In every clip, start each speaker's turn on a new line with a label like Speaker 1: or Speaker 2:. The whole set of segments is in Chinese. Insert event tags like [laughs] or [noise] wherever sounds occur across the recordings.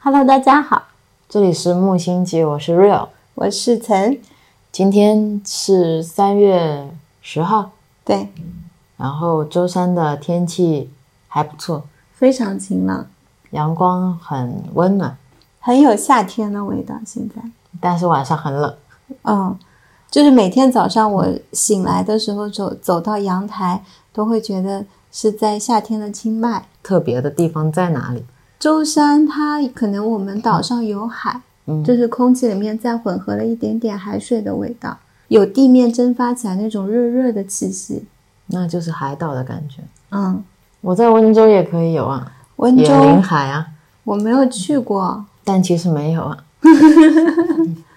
Speaker 1: Hello，大家好，
Speaker 2: 这里是木星记，我是 Real，
Speaker 1: 我是岑。
Speaker 2: 今天是三月十号，
Speaker 1: 对，
Speaker 2: 然后舟山的天气还不错，
Speaker 1: 非常晴朗，
Speaker 2: 阳光很温暖，
Speaker 1: 很有夏天的味道。现在，
Speaker 2: 但是晚上很冷。
Speaker 1: 嗯，就是每天早上我醒来的时候走走到阳台，都会觉得是在夏天的清迈。
Speaker 2: 特别的地方在哪里？
Speaker 1: 舟山它可能我们岛上有海，
Speaker 2: 嗯
Speaker 1: 就是空气里面再混合了一点点海水的味道，有地面蒸发起来那种热热的气息。
Speaker 2: 那就是海岛的感觉。
Speaker 1: 嗯，
Speaker 2: 我在温州也可以有啊，
Speaker 1: 温
Speaker 2: 也临
Speaker 1: 州
Speaker 2: 海啊，
Speaker 1: 我没有去过，
Speaker 2: 但其实没有啊。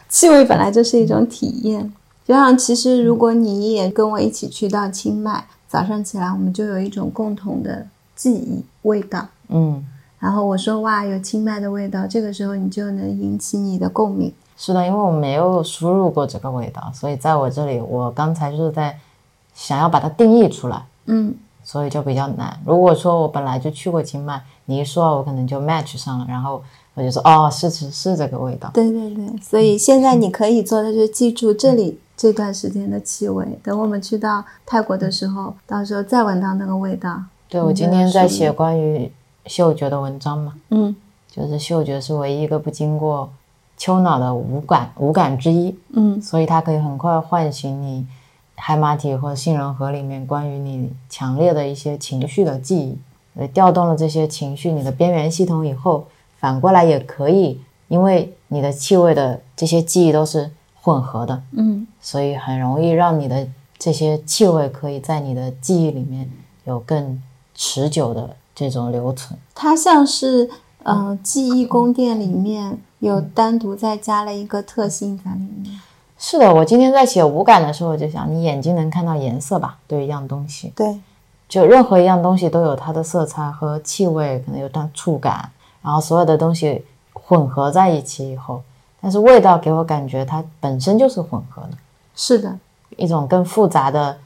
Speaker 1: 气味本来就是一种体验。就像其实如果你也跟我一起去到清迈，早上起来我们就有一种共同的记忆味道。
Speaker 2: 嗯，
Speaker 1: 然后我说哇，有清迈的味道，这个时候你就能引起你的共鸣。
Speaker 2: 是的，因为我没有输入过这个味道，所以在我这里，我刚才就是在想要把它定义出来，
Speaker 1: 嗯，
Speaker 2: 所以就比较难。如果说我本来就去过清迈，你一说我可能就 match 上了，然后我就说哦，是是是这个味道。
Speaker 1: 对对对，所以现在你可以做的就是记住这里这段时间的气味。等我们去到泰国的时候，到时候再闻到那个味道，
Speaker 2: 对我今天在写关于嗅觉的文章嘛，
Speaker 1: 嗯
Speaker 2: 就是嗅觉是唯一一个不经过丘脑的五感五感之一，
Speaker 1: 嗯
Speaker 2: 所以它可以很快唤醒你海马体或杏仁核里面关于你强烈的一些情绪的记忆。呃，调动了这些情绪，你的边缘系统以后，反过来也可以，因为你的气味的这些记忆都是混合的，
Speaker 1: 嗯，
Speaker 2: 所以很容易让你的这些气味可以在你的记忆里面有更持久的这种留存。
Speaker 1: 它像是呃记忆宫殿里面有单独再加了一个特性在里面。
Speaker 2: 是的，我今天在写五感的时候，我就想，你眼睛能看到颜色吧？对一样东西，
Speaker 1: 对，
Speaker 2: 就任何一样东西都有它的色彩和气味，可能有它触感，然后所有的东西混合在一起以后，但是味道给我感觉它本身就是混合的，
Speaker 1: 是的，
Speaker 2: 一种更复杂的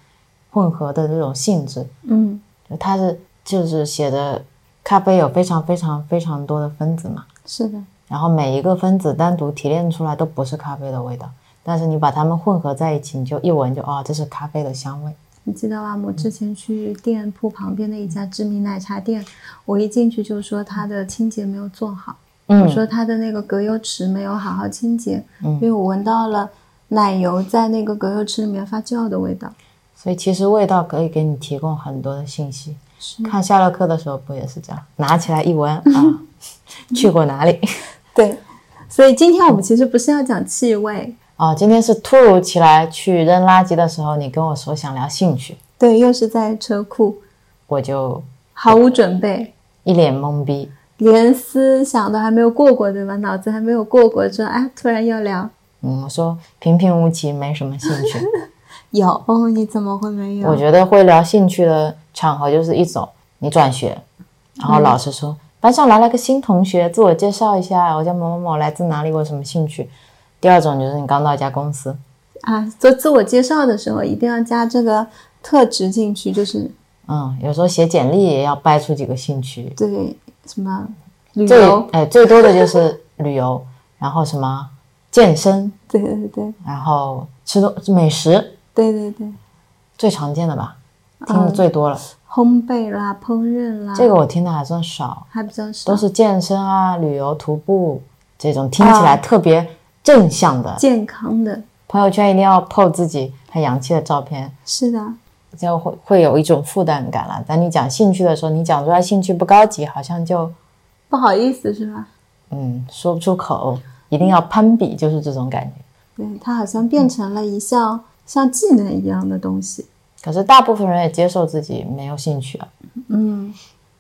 Speaker 2: 混合的这种性质。
Speaker 1: 嗯
Speaker 2: 就它是就是写的咖啡有非常非常非常多的分子嘛，
Speaker 1: 是的，
Speaker 2: 然后每一个分子单独提炼出来都不是咖啡的味道，但是你把它们混合在一起，你就一闻就哦，这是咖啡的香味。
Speaker 1: 你记得吗？我之前去店铺旁边的一家知名奶茶店，我一进去就说它的清洁没有做好。我
Speaker 2: 嗯，
Speaker 1: 说它的那个隔油池没有好好清洁，
Speaker 2: 嗯
Speaker 1: 因为我闻到了奶油在那个隔油池里面发酵的味道。
Speaker 2: 所以其实味道可以给你提供很多的信息。
Speaker 1: 是
Speaker 2: 看夏洛克的时候不也是这样，拿起来一闻啊，去过哪里？
Speaker 1: 对，嗯所以今天我们其实不是要讲气味，
Speaker 2: 哦，今天是突如其来去扔垃圾的时候，你跟我说想聊兴趣，
Speaker 1: 对，又是在车库，
Speaker 2: 我就
Speaker 1: 毫无准备，
Speaker 2: 一脸懵逼。
Speaker 1: 连思想都还没有过过，对吧？脑子还没有过过，说哎，突然要聊，
Speaker 2: 嗯，我说平平无奇，没什么兴趣。
Speaker 1: 有，哦，你怎么会没
Speaker 2: 我
Speaker 1: 有？
Speaker 2: 觉得会聊兴趣的场合就是一种，你转学，然后老师说、班上来了个新同学，自我介绍一下，我叫某某某，来自哪里，我有什么兴趣。第二种就是你刚到一家公司，
Speaker 1: 啊，做自我介绍的时候一定要加这个特质进去，就是
Speaker 2: 嗯，有时候写简历也要掰出几个兴趣，
Speaker 1: 对什么旅
Speaker 2: 最
Speaker 1: 游，
Speaker 2: 哎最多的就是旅游， [laughs] 然后什么健身，
Speaker 1: 对对对
Speaker 2: 然后吃东美食
Speaker 1: 对对对。
Speaker 2: 最常见的吧，听的最多了。
Speaker 1: 嗯烘焙啦、烹饪啦，
Speaker 2: 这个我听的还算少，
Speaker 1: 还比较少
Speaker 2: 都。是健身啊、旅游、徒步这种听起来
Speaker 1: 嗯
Speaker 2: 特别正向的。
Speaker 1: 健康的，
Speaker 2: 朋友圈一定要 po 自己很洋气的照片，
Speaker 1: 是的，
Speaker 2: 就会会有一种负担感了。当你讲兴趣的时候，你讲出来兴趣不高级，好像就
Speaker 1: 不好意思是吧？
Speaker 2: 嗯说不出口，一定要攀比，就是这种感觉。
Speaker 1: 对，它好像变成了一
Speaker 2: 嗯
Speaker 1: 项像技能一样的东西。
Speaker 2: 可是大部分人也接受自己没有兴趣啊，
Speaker 1: 嗯，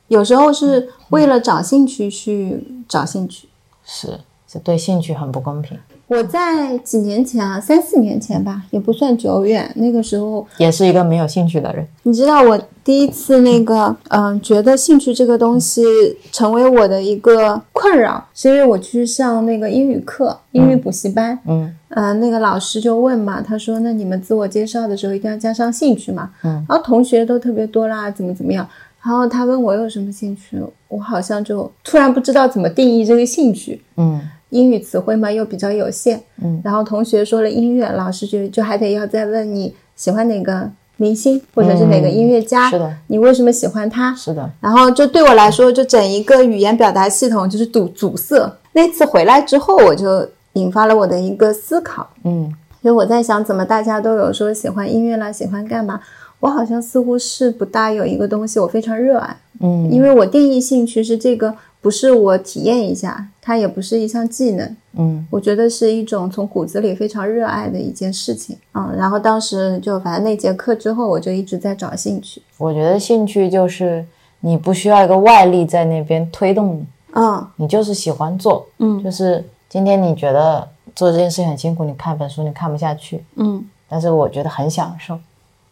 Speaker 1: 有时候是为了找兴趣去找兴趣。
Speaker 2: 是是对兴趣很不公平，
Speaker 1: 我在几年前啊，三四年前吧，也不算久远。那个时候，
Speaker 2: 也是一个没有兴趣的人。
Speaker 1: 你知道我第一次那个，嗯、觉得兴趣这个东西成为我的一个困扰，是因为我去上那个英语课，英语补习班，
Speaker 2: 嗯
Speaker 1: 呃，那个老师就问嘛，他说：“那你们自我介绍的时候一定要加上兴趣嘛。”
Speaker 2: 嗯，
Speaker 1: 然后同学都特别多啦，怎么怎么样？然后他问我有什么兴趣，我好像就突然不知道怎么定义这个兴趣。
Speaker 2: 嗯
Speaker 1: 英语词汇嘛又比较有限，
Speaker 2: 嗯
Speaker 1: 然后同学说了音乐，老师就就还得要再问你喜欢哪个明星或者是哪个音乐家，
Speaker 2: 嗯是的，
Speaker 1: 你为什么喜欢他？
Speaker 2: 是的，
Speaker 1: 然后就对我来说，就整一个语言表达系统就是堵阻塞。那次回来之后，我就引发了我的一个思考，
Speaker 2: 嗯
Speaker 1: 就我在想，怎么大家都有说喜欢音乐啦，喜欢干嘛？我好像似乎是不大有一个东西我非常热爱，
Speaker 2: 嗯
Speaker 1: 因为我定义兴趣是这个，不是我体验一下，它也不是一项技能，
Speaker 2: 嗯
Speaker 1: 我觉得是一种从骨子里非常热爱的一件事情。嗯，然后当时就反正那节课之后，我就一直在找兴趣。
Speaker 2: 我觉得兴趣就是你不需要一个外力在那边推动你，
Speaker 1: 嗯
Speaker 2: 你就是喜欢做，
Speaker 1: 嗯
Speaker 2: 就是今天你觉得做这件事情很辛苦，你看本书你看不下去，
Speaker 1: 嗯
Speaker 2: 但是我觉得很享受，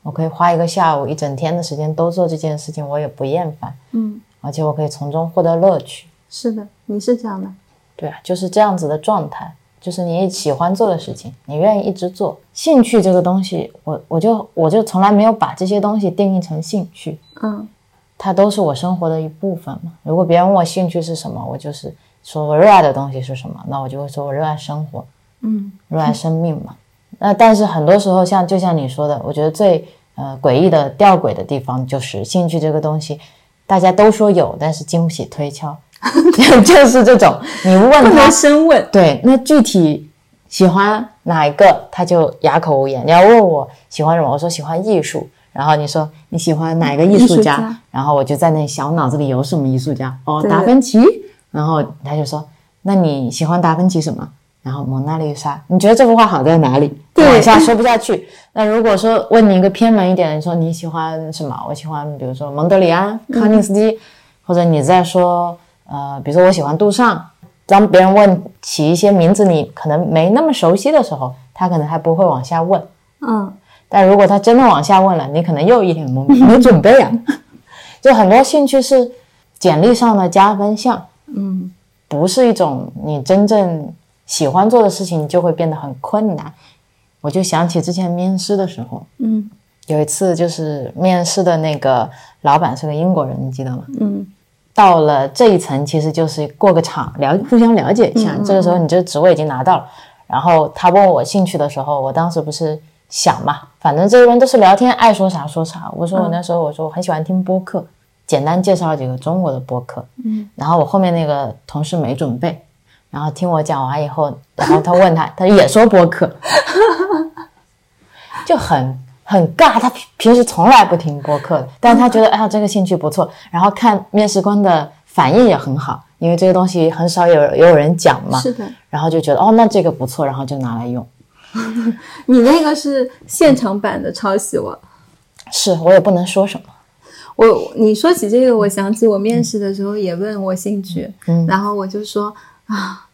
Speaker 2: 我可以花一个下午一整天的时间都做这件事情，我也不厌烦，
Speaker 1: 嗯，
Speaker 2: 而且我可以从中获得乐趣。
Speaker 1: 是的，你是这样的。
Speaker 2: 对啊，就是这样子的状态，就是你喜欢做的事情，你愿意一直做。兴趣这个东西，我我就我就从来没有把这些东西定义成兴趣，
Speaker 1: 嗯
Speaker 2: 它都是我生活的一部分嘛。如果别人问我兴趣是什么，我就是说我热爱的东西是什么，那我就会说我热爱生活，
Speaker 1: 嗯
Speaker 2: 热爱生命嘛。那但是很多时候像，就像你说的，我觉得最呃诡异的、吊诡的地方就是兴趣这个东西，大家都说有，但是经不起推
Speaker 1: [laughs]
Speaker 2: 敲， [laughs] 就是这种你问
Speaker 1: 不
Speaker 2: 他
Speaker 1: 能深问。
Speaker 2: 对，那具体喜欢哪一个，他就哑口无言。你要问我喜欢什么，我说喜欢艺术，然后你说你喜欢哪个艺
Speaker 1: 艺术
Speaker 2: 术家，
Speaker 1: 家
Speaker 2: 然后我就在那小脑子里有什么艺术家，哦，
Speaker 1: 对
Speaker 2: 达
Speaker 1: 对
Speaker 2: 芬奇，然后他就说那你喜欢达芬奇什么？然后蒙娜丽莎，你觉得这幅画好在哪里？
Speaker 1: 对
Speaker 2: 往下说不下去。那如果说问你一个偏门一点，你说你喜欢什么？我喜欢，比如说蒙德里安、
Speaker 1: 嗯
Speaker 2: 康定斯基，或者你在说呃，比如说我喜欢杜尚，当别人问起一些名字你可能没那么熟悉的时候，他可能还不会往下问。
Speaker 1: 嗯，
Speaker 2: 但如果他真的往下问了，你可能又一脸懵逼，没准备啊。就很多兴趣是简历上的加分项，
Speaker 1: 嗯，
Speaker 2: 不是一种你真正喜欢做的事情，就会变得很困难。我就想起之前面试的时候，
Speaker 1: 嗯
Speaker 2: 有一次就是面试的那个老板是个英国人，你记得吗？
Speaker 1: 嗯
Speaker 2: 到了这一层，其实就是过个场了，互相了解一下。这个时候你这个职位已经拿到了，然后他问我兴趣的时候，我当时不是想嘛，反正这些人都是聊天，爱说啥说啥。我说我那时候我说我很喜欢听播客，简单介绍了几个中国的播客。
Speaker 1: 嗯，
Speaker 2: 然后我后面那个同事没准备，然后听我讲完以后，然后他 [laughs] 问他，他也说播客， [laughs] 就很很尬。他平平时从来不听播客的，但是他觉得哎呀这个兴趣不错，然后看面试官的反应也很好，因为这个东西很少有也有人讲嘛，
Speaker 1: 是的。
Speaker 2: 然后就觉得哦那这个不错，然后就拿来用。
Speaker 1: 你那个是现场版的抄袭我。
Speaker 2: 是我也不能说什么，
Speaker 1: 我你说起这个，我想起我面试的时候也问我兴趣，
Speaker 2: 嗯
Speaker 1: 然后我就说啊，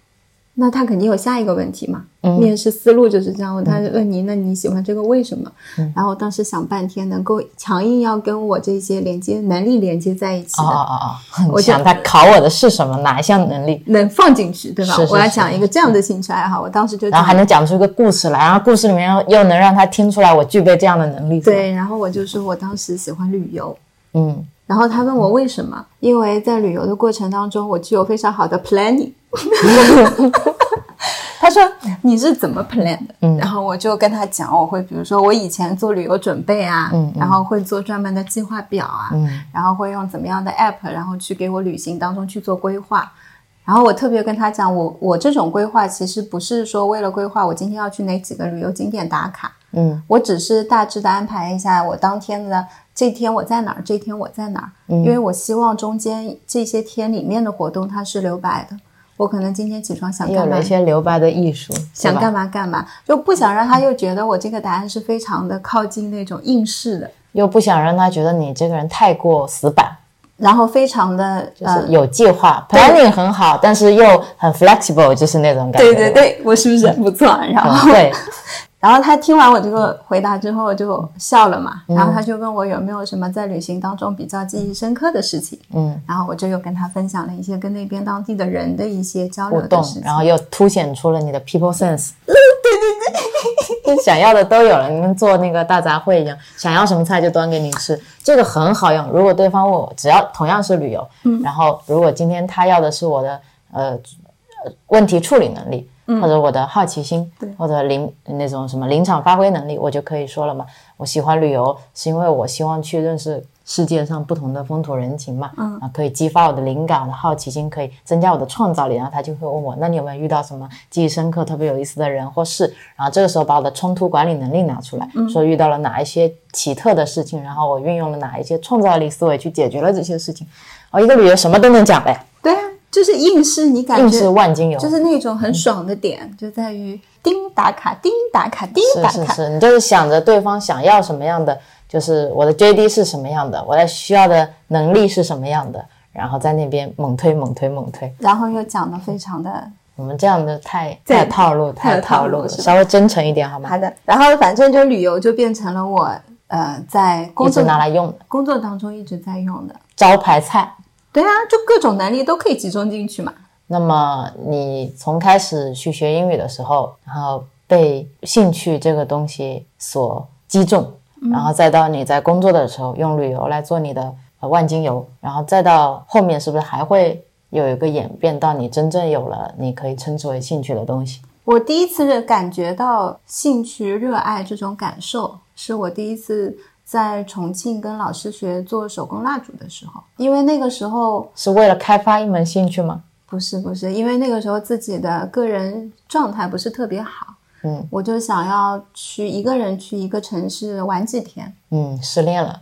Speaker 1: 那他肯定有下一个问题嘛。
Speaker 2: 嗯
Speaker 1: 面试思路就是这样，他就问你，那你喜欢这个为什么？
Speaker 2: 嗯
Speaker 1: 然后我当时想半天，能够强硬要跟我这些连接能力连接在一起
Speaker 2: 哦
Speaker 1: 的，
Speaker 2: 哦哦哦，
Speaker 1: 我就
Speaker 2: 想他考我的是什么，哪一项能力，
Speaker 1: 能放进去，对吧？
Speaker 2: 是是
Speaker 1: 我要
Speaker 2: 是
Speaker 1: 讲一个这样的兴趣爱好，我当时就
Speaker 2: 然后
Speaker 1: 讲
Speaker 2: 还能讲出一个故事来，然后故事里面又又能让他听出来我具备这样的能力。是吧，
Speaker 1: 对，然后我就说我当时喜欢旅游。
Speaker 2: 嗯，
Speaker 1: 然后他问我为什么，因为在旅游的过程当中，我具有非常好的 planning。他说你是怎么 plan 的？
Speaker 2: 嗯
Speaker 1: 然后我就跟他讲，我会比如说我以前做旅游准备啊，
Speaker 2: 嗯嗯
Speaker 1: 然后会做专门的计划表啊，
Speaker 2: 嗯
Speaker 1: 然后会用怎么样的 app，然后去给我旅行当中去做规划。然后我特别跟他讲，我我这种规划其实不是说为了规划我今天要去哪几个旅游景点打卡，
Speaker 2: 嗯
Speaker 1: 我只是大致的安排一下我当天的这天我在哪儿，这天我在哪儿，
Speaker 2: 嗯
Speaker 1: 因为我希望中间这些天里面的活动它是留白的。我可能今天起床想
Speaker 2: 又
Speaker 1: 干嘛
Speaker 2: 有一些留白的艺术，
Speaker 1: 想
Speaker 2: 对吧
Speaker 1: 干嘛干嘛，就不想让他又觉得我这个答案是非常的靠近那种应试的，
Speaker 2: 又不想让他觉得你这个人太过死板，
Speaker 1: 然后非常的
Speaker 2: 就是
Speaker 1: 呃，
Speaker 2: 有计划、p l a n n i n g 很好，但是又很 flexible，就是那种感觉。
Speaker 1: 对对哦对，我是不是很不
Speaker 2: [laughs]
Speaker 1: 错？然
Speaker 2: 嗯，
Speaker 1: 后 [laughs]
Speaker 2: 对，
Speaker 1: 然后他听完我这个回答之后就笑了嘛，
Speaker 2: 嗯
Speaker 1: 然后他就问我有没有什么在旅行当中比较记忆深刻的事情，
Speaker 2: 嗯，
Speaker 1: 然后我就又跟他分享了一些跟那边当地的人的一些交
Speaker 2: 互
Speaker 1: 流的
Speaker 2: 动
Speaker 1: 事，情 [laughs]
Speaker 2: 然。后又凸显出了你的 people sense。 [laughs] 想要的都有了，你们做那个大杂烩一样，想要什么菜就端给你吃，这个很好用。如果对方问我，只要同样是旅游，嗯，然后如果今天他要的是我的呃问题处理能力，或者我的好奇心，
Speaker 1: 嗯对
Speaker 2: 或者临那种什么临场发挥能力，我就可以说了嘛。我喜欢旅游是因为我希望去认识世界上不同的风土人情嘛，嗯，啊，可以激发我的灵感、我的啊好奇心，可以增加我的创造力。啊然后他就会问我，那你有没有遇到什么记忆深刻、特别有意思的人或事？然后这个时候把我的冲突管理能力拿出来，
Speaker 1: 嗯
Speaker 2: 说遇到了哪一些奇特的事情，然后我运用了哪一些创造力思维去解决了这些事情。哦，一个旅游什么都能讲呗，
Speaker 1: 对啊，就是应试，你感
Speaker 2: 硬
Speaker 1: 觉
Speaker 2: 是万金油。
Speaker 1: 就是那种很爽的点，就在于叮打卡、叮打卡、叮打
Speaker 2: 嗯是是
Speaker 1: 卡。
Speaker 2: 是，你就是想着对方想要什么样的，就是我的 JD 是什么样的，我的需要的能力是什么样的，然后在那边猛推猛推猛推。
Speaker 1: 然后又讲的非常的
Speaker 2: 我们这样的太
Speaker 1: 对
Speaker 2: 太套路，
Speaker 1: 太有
Speaker 2: 太
Speaker 1: 套
Speaker 2: 套
Speaker 1: 路
Speaker 2: 路了，
Speaker 1: 是吧
Speaker 2: 稍微真诚一点好吗
Speaker 1: 好？的，然后反正就旅游就变成了我呃在
Speaker 2: 一
Speaker 1: 工
Speaker 2: 直
Speaker 1: 作
Speaker 2: 拿来用的
Speaker 1: 工作当中一直在用的。
Speaker 2: 招牌菜。
Speaker 1: 对啊，就各种能力都可以集中进去嘛。
Speaker 2: 那么你从开始去学英语的时候，然后被兴趣这个东西所击中，然后再到你在工作的时候用旅游来做你的呃万金油，然后再到后面是不是还会有一个演变到你真正有了你可以称之为兴趣的东西？
Speaker 1: 我第一次感觉到兴趣、热爱这种感受，是我第一次在重庆跟老师学做手工蜡烛的时候。因为那个时候
Speaker 2: 是为了开发一门兴趣吗？
Speaker 1: 不是不是，因为那个时候自己的个人状态不是特别好，
Speaker 2: 嗯
Speaker 1: 我就想要去一个人去一个城市玩几天，
Speaker 2: 嗯，失恋了，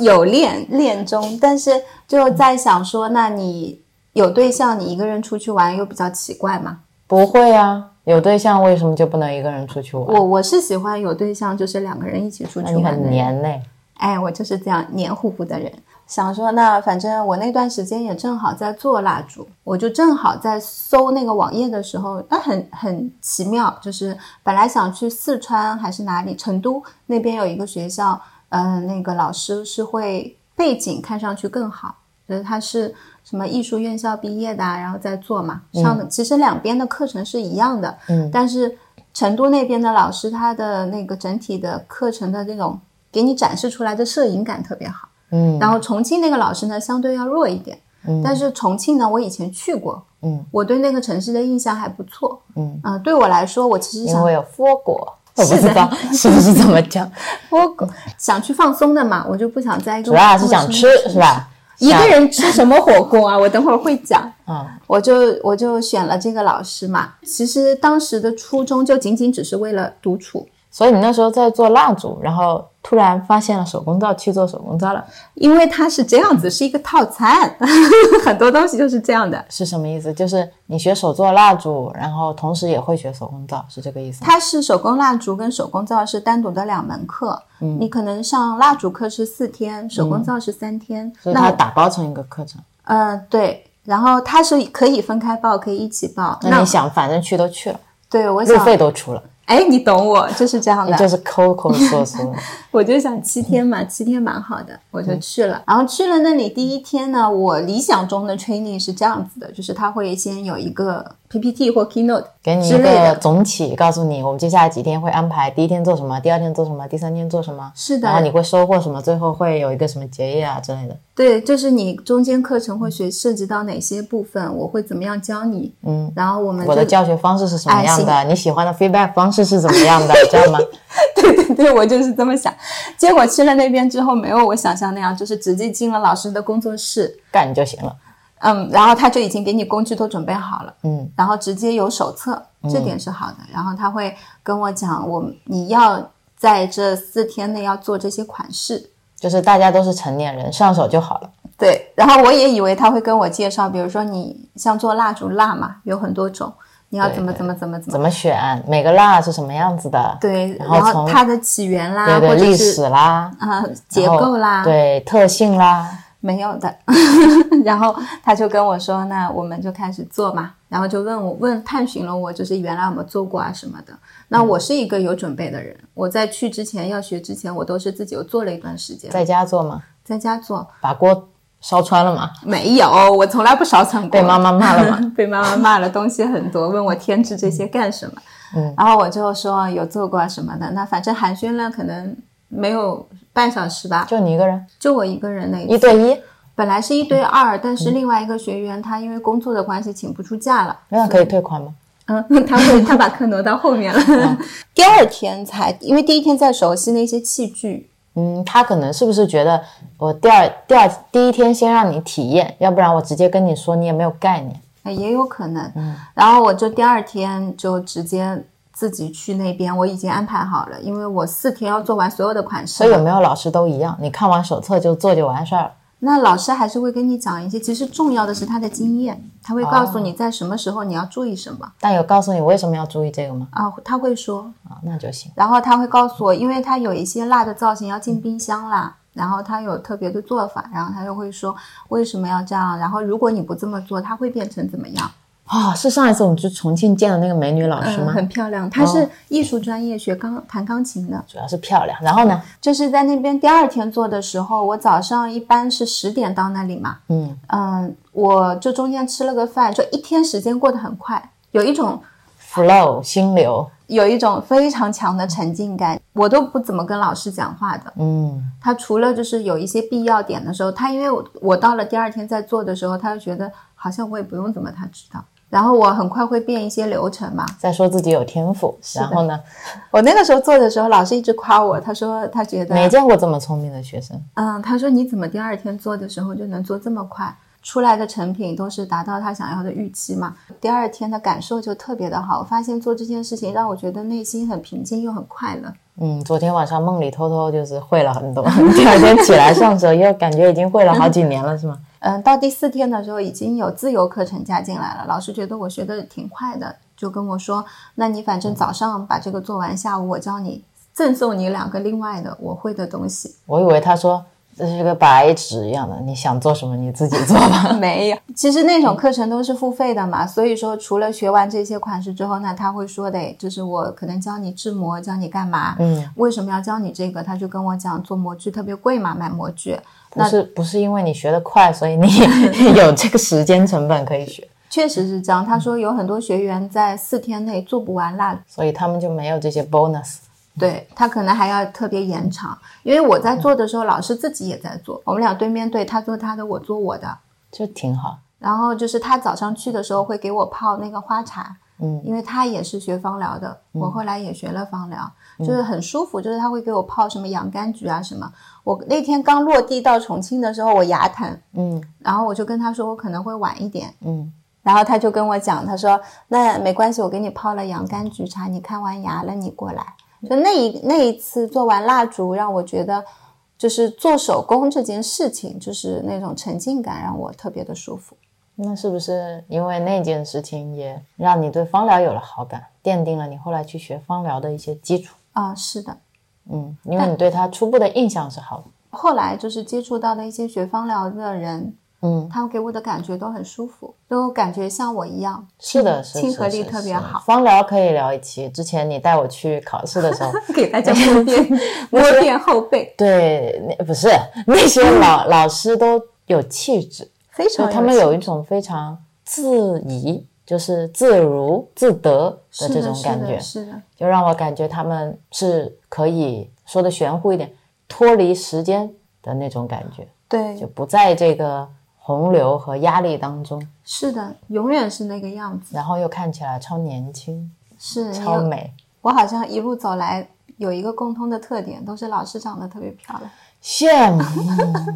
Speaker 1: 有恋恋中，但是就
Speaker 2: 嗯
Speaker 1: 在想说，那你有对象，你一个人出去玩又比较奇怪嘛。
Speaker 2: [laughs] 不会啊，有对象为什么就不能一个人出去玩？
Speaker 1: 我我是喜欢有对象，就是两个人一起出
Speaker 2: 那
Speaker 1: 去
Speaker 2: 你
Speaker 1: 玩
Speaker 2: 很
Speaker 1: 的人。
Speaker 2: 黏呢、欸
Speaker 1: 哎，我就是这样黏糊糊的人。想说那反正我那段时间也正好在做蜡烛，我就正好在搜那个网页的时候，那很很奇妙，就是本来想去四川还是哪里，成都那边有一个学校，嗯、那个老师是会背景看上去更好，就是他是什么艺术院校毕业的、啊，然后在做嘛，上的、其实两边的课程是一样的，
Speaker 2: 嗯，
Speaker 1: 但是成都那边的老师他的那个整体的课程的这种给你展示出来的摄影感特别好，
Speaker 2: 嗯
Speaker 1: 然后重庆那个老师呢相对要弱一点，
Speaker 2: 嗯
Speaker 1: 但是重庆呢我以前去过，
Speaker 2: 嗯，
Speaker 1: 我对那个城市的印象还不错，
Speaker 2: 嗯
Speaker 1: 呃对我来说我其实
Speaker 2: 因
Speaker 1: 想
Speaker 2: 为有佛果，我不
Speaker 1: 是的
Speaker 2: 知道 [laughs] 是不是这么讲。
Speaker 1: 我想去放松的嘛，我就不想在一个
Speaker 2: 主要还是想吃
Speaker 1: 陌生的城市
Speaker 2: 是？吧？
Speaker 1: 一
Speaker 2: 想
Speaker 1: 个人吃什么火锅啊？我等会儿会讲。
Speaker 2: 嗯
Speaker 1: 我就我就选了这个老师嘛。其实当时的初衷就仅仅只是为了独处，
Speaker 2: 所以你那时候在做蜡烛，然后突然发现了手工皂，去做手工皂了，
Speaker 1: 因为它是这样子，是一个套餐， [laughs] 很多东西就是这样的。
Speaker 2: 是什么意思？就是你学手做蜡烛，然后同时也会学手工皂，是这个意思吗？
Speaker 1: 它是手工蜡烛跟手工皂是单独的两门课，
Speaker 2: 嗯
Speaker 1: 你可能上蜡烛课是四天，手工皂是三天。
Speaker 2: 所以
Speaker 1: 那
Speaker 2: 它打包成一个课程。
Speaker 1: 嗯、呃对，然后它是可以分开报，可以一起报。
Speaker 2: 那你想，反正去都去了，
Speaker 1: 对我
Speaker 2: 路
Speaker 1: 想，
Speaker 2: 费都出了，
Speaker 1: 哎，你懂我，就是这样的。
Speaker 2: 就是抠抠缩 [laughs] 缩。
Speaker 1: 我就想七天嘛，七天蛮好
Speaker 2: 嗯
Speaker 1: 的，我就去了。然后去了那里第一天呢，我理想中的 training 是这样子的，就是他会先有一个 PPT 或 keynote
Speaker 2: 给你
Speaker 1: 之
Speaker 2: 一
Speaker 1: 类
Speaker 2: 个
Speaker 1: 的。
Speaker 2: 总体，告诉你我们接下来几天会安排，第一天做什么，第二天做什么，第三天做什么，
Speaker 1: 是的
Speaker 2: 然后你会收获什么，最后会有一个什么结业啊之类的。
Speaker 1: 对，就是你中间课程会学涉及到哪些部分，我会怎么样教你，
Speaker 2: 嗯，
Speaker 1: 然后我们
Speaker 2: 我的
Speaker 1: 就
Speaker 2: 教学方式是什么样的？
Speaker 1: 哎
Speaker 2: 你喜欢的 feedback 方式是怎么样
Speaker 1: [laughs]
Speaker 2: 的？这样吗？
Speaker 1: 对对对，我就是这么想。结果去了那边之后，没有我想象那样，就是直接进了老师的工作室，
Speaker 2: 干就行了。
Speaker 1: 嗯，然后他就已经给你工具都准备好了。
Speaker 2: 嗯，
Speaker 1: 然后直接有手册，这点是好的。然后他会跟我讲，我你要在这四天内要做这些款式。
Speaker 2: 就是大家都是成年人，上手就好了。
Speaker 1: 对，然后我也以为他会跟我介绍，比如说你像做蜡烛蜡嘛，有很多种，你要怎么怎么怎么怎么
Speaker 2: 怎么选？每个蜡是什么样子的？
Speaker 1: 对，
Speaker 2: 然
Speaker 1: 然
Speaker 2: 后
Speaker 1: 后
Speaker 2: 从
Speaker 1: 它的起源啦，
Speaker 2: 对
Speaker 1: 或
Speaker 2: 对，
Speaker 1: 者
Speaker 2: 历
Speaker 1: 是
Speaker 2: 史啦，
Speaker 1: 啊、结
Speaker 2: 然后
Speaker 1: 构啦，
Speaker 2: 对特性啦，
Speaker 1: 没有的。 [laughs] 然后他就跟我说，那我们就开始做嘛。然后就问我问探寻了我，就是原来有没有做过啊什么的。那
Speaker 2: 嗯
Speaker 1: 我是一个有准备的人，我在去之前要学之前，我都是自己有做了一段时间，
Speaker 2: 在家做吗？
Speaker 1: 在家做。
Speaker 2: 把锅烧穿了吗？
Speaker 1: 没有，我从来不烧成过。
Speaker 2: 被妈妈骂了吗？
Speaker 1: [laughs] 被妈妈骂了，东西很多，问我添置这些干什么？
Speaker 2: 嗯，
Speaker 1: 然后我就说有做过啊什么的。那反正寒暄了，可能没有半小时吧，
Speaker 2: 就你一个人，
Speaker 1: 就我一个人那一次
Speaker 2: 一对一，
Speaker 1: 本来是一对
Speaker 2: 嗯
Speaker 1: 二，但是另外一个学员他因为工作的关系请不出假了，
Speaker 2: 那可以退款吗？ [laughs]
Speaker 1: 嗯，他会他把课挪到后面
Speaker 2: 哦
Speaker 1: 了。 [laughs] 第二天才，因为第一天在熟悉那些器具，
Speaker 2: 嗯，他可能是不是觉得我第二第二第一天先让你体验，要不然我直接跟你说你也没有概念。
Speaker 1: 哎也有可能。然后我就第二天就直接自己去那边，我已经安排好了，因为我四天要做完所有的款式
Speaker 2: 所以
Speaker 1: 嘛。
Speaker 2: 有没有老师都一样？你看完手册就做就完事儿了。
Speaker 1: 那老师还是会跟你讲一些，其实重要的是他的经验，他会告诉你在什么时候你要注意什么
Speaker 2: 但有告诉你为什么要注意这个吗？
Speaker 1: 啊，他会说，
Speaker 2: 啊，那就行。
Speaker 1: 然后他会告诉我，因为他有一些蜡的造型要进冰箱啦，然后他有特别的做法，然后他就会说为什么要这样，然后如果你不这么做，它会变成怎么样？
Speaker 2: 啊、是上一次我们去重庆见的那个美女老师
Speaker 1: 嗯，
Speaker 2: 吗？
Speaker 1: 很漂亮。他是艺术专业，学钢弹钢琴的。
Speaker 2: [laughs] 主要是漂亮。然后呢？
Speaker 1: 就是在那边第二天做的时候，我早上一般是十点到那里嘛，
Speaker 2: 嗯，
Speaker 1: 嗯，我就中间吃了个饭，就一天时间过得很快，有一种
Speaker 2: [laughs] flow 心流，
Speaker 1: 有一种非常强的沉浸感，我都不怎么跟老师讲话的。
Speaker 2: 嗯，
Speaker 1: 他除了就是有一些必要点的时候，他因为我我到了第二天在做的时候，他就觉得好像我也不用怎么他知道。然后我很快会变一些流程嘛。
Speaker 2: 再说自己有天赋，
Speaker 1: 的
Speaker 2: 然后呢，
Speaker 1: 我那个时候做的时候，老师一直夸我，他说他觉
Speaker 2: 没
Speaker 1: 得，
Speaker 2: 见过这么聪明的学生，
Speaker 1: 嗯，他说你怎么第二天做的时候就能做这么快？出来的成品都是达到他想要的预期嘛？第二天的感受就特别的好，我发现做这件事情让我觉得内心很平静又很快乐。
Speaker 2: 嗯，昨天晚上梦里偷偷就是会了 [laughs] 很多，第二天起来上手又感觉已经会了好几年了，是 [laughs] 吗？
Speaker 1: 嗯，到第四天的时候已经有自由课程加进来了，老师觉得我学的挺快的，就跟我说：“那你反正早上把这个做完，下午我教你赠送你两个另外的我会的东西。
Speaker 2: 我以为他说这是个白纸一样的，你想做什么你自己做 [laughs] 吧。”
Speaker 1: [laughs] 没有，其实那种课程都是付费的嘛，所以说除了学完这些款式之后，那他会说的，就是我可能教你制模，教你干嘛，
Speaker 2: 嗯，
Speaker 1: 为什么要教你这个？他就跟我讲做模具特别贵嘛，买模具，
Speaker 2: 不是不是因为你学得快，所以你 [laughs] 有这个时间成本可以学，
Speaker 1: 确实是这样。他说有很多学员在四天内做不完蜡
Speaker 2: 所以他们就没有这些 bonus。
Speaker 1: 对他可能还要特别延长，因为我在做的时候，老师自己也在做，我们俩对面对，他做他的，我做我的。
Speaker 2: 就挺好。
Speaker 1: 然后就是他早上去的时候会给我泡那个花茶，
Speaker 2: 嗯，
Speaker 1: 因为他也是学芳疗的，我后来也学了芳疗，
Speaker 2: 嗯
Speaker 1: 就是很舒服，就是他会给我泡什么洋甘菊啊什么。我那天刚落地到重庆的时候，我牙疼，
Speaker 2: 嗯
Speaker 1: 然后我就跟他说我可能会晚一点，
Speaker 2: 嗯，
Speaker 1: 然后他就跟我讲，他说那没关系，我给你泡了洋甘菊茶，你看完牙了，你过来。
Speaker 2: 嗯
Speaker 1: 就那一那一次做完蜡烛，让我觉得就是做手工这件事情，就是那种沉浸感让我特别的舒服。
Speaker 2: 那是不是因为那件事情也让你对芳疗有了好感，奠定了你后来去学芳疗的一些基础？
Speaker 1: 啊、是的。
Speaker 2: 嗯，因为你对它初步的印象是好的。
Speaker 1: 后来就是接触到的一些学芳疗的人，
Speaker 2: 嗯，
Speaker 1: 他们给我的感觉都很舒服，都感觉像我一样。
Speaker 2: 是的，是
Speaker 1: 亲
Speaker 2: 是
Speaker 1: 和力
Speaker 2: 是
Speaker 1: 特别
Speaker 2: 是
Speaker 1: 好
Speaker 2: 芳疗可以聊一期。之前你带我去考试的
Speaker 1: [laughs]
Speaker 2: 时候，
Speaker 1: 给大家
Speaker 2: [laughs]
Speaker 1: 摸遍摸遍后背，
Speaker 2: 对，那不是 [laughs] 那些
Speaker 1: 嗯
Speaker 2: 老老师都有气质，
Speaker 1: 非
Speaker 2: 就
Speaker 1: 常
Speaker 2: 他们
Speaker 1: 趣
Speaker 2: 有一种非常自怡，就是自如自得的
Speaker 1: 是
Speaker 2: 这
Speaker 1: 的
Speaker 2: 种
Speaker 1: 是
Speaker 2: 感
Speaker 1: 的
Speaker 2: 觉。
Speaker 1: 是的，
Speaker 2: 就让我感觉他们是可以说的玄乎一点，脱离时间的那种感觉，
Speaker 1: 对
Speaker 2: 就，不在这个洪流和压力当中，
Speaker 1: 是的，永远是那个样子，
Speaker 2: 然后又看起来超年轻、
Speaker 1: 是你
Speaker 2: 超
Speaker 1: 有
Speaker 2: 美。
Speaker 1: 我好像一路走来有一个共通的特点，都是老师长得特别漂亮。
Speaker 2: 羡慕，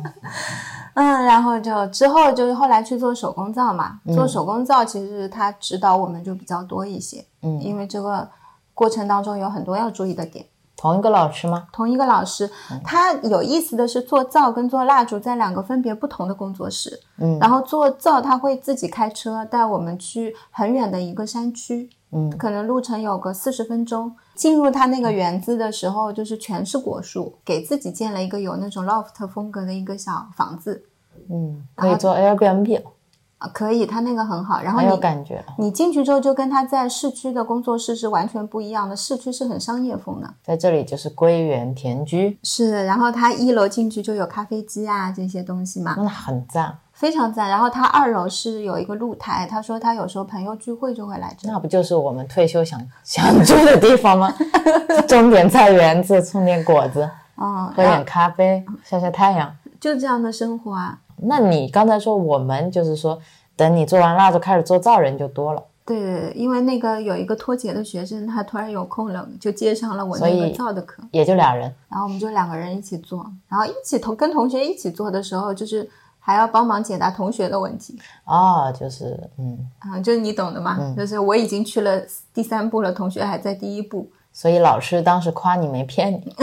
Speaker 1: 嗯，然后就之后就是后来去做手工皂嘛，
Speaker 2: 嗯
Speaker 1: 做手工皂其实他指导我们就比较多一些，
Speaker 2: 嗯
Speaker 1: 因为这个过程当中有很多要注意的点。
Speaker 2: 同一个老师吗？
Speaker 1: 同一个老师，
Speaker 2: 嗯
Speaker 1: 他有意思的是做皂跟做蜡烛在两个分别不同的工作室。
Speaker 2: 嗯，
Speaker 1: 然后做皂他会自己开车带我们去很远的一个山区，
Speaker 2: 嗯，
Speaker 1: 可能路程有个四十分钟。进入他那个园子的时候，就是全是果树，给自己建了一个有那种 loft 风格的一个小房子。
Speaker 2: 嗯，可以做 Airbnb 了
Speaker 1: 啊，可以，他那个很好。然后
Speaker 2: 很
Speaker 1: 你
Speaker 2: 有感觉。
Speaker 1: 你进去之后，就跟他在市区的工作室是完全不一样的。市区是很商业风的，
Speaker 2: 在这里就是归园田居，
Speaker 1: 是。然后他一楼进去就有咖啡机啊这些东西嘛，
Speaker 2: 那很赞。
Speaker 1: 非常赞。然后他二楼是有一个露台，他说他有时候朋友聚会就会来这。
Speaker 2: 那不就是我们退休想想住的地方吗？种点菜园子，种点果子，
Speaker 1: 嗯，
Speaker 2: 喝
Speaker 1: 然后
Speaker 2: 点咖啡，晒晒太阳。
Speaker 1: 就这样的生活啊。
Speaker 2: 那你刚才说我们就是说，等你做完蜡烛开始做灶，人就多了。
Speaker 1: 对对对，因为那个有一个脱节的学生，他突然有空了，就接上了我
Speaker 2: 所
Speaker 1: 那个
Speaker 2: 以
Speaker 1: 造的课。
Speaker 2: 也就俩人，
Speaker 1: 然后我们就两个人一起做，然后一起同跟同学一起做的时候，就是还要帮忙解答同学的问题
Speaker 2: 哦，就是嗯，
Speaker 1: 啊、就是你懂的嘛，就是我已经去了第三步了，同学还在第一步，
Speaker 2: 所以老师当时夸你没骗你，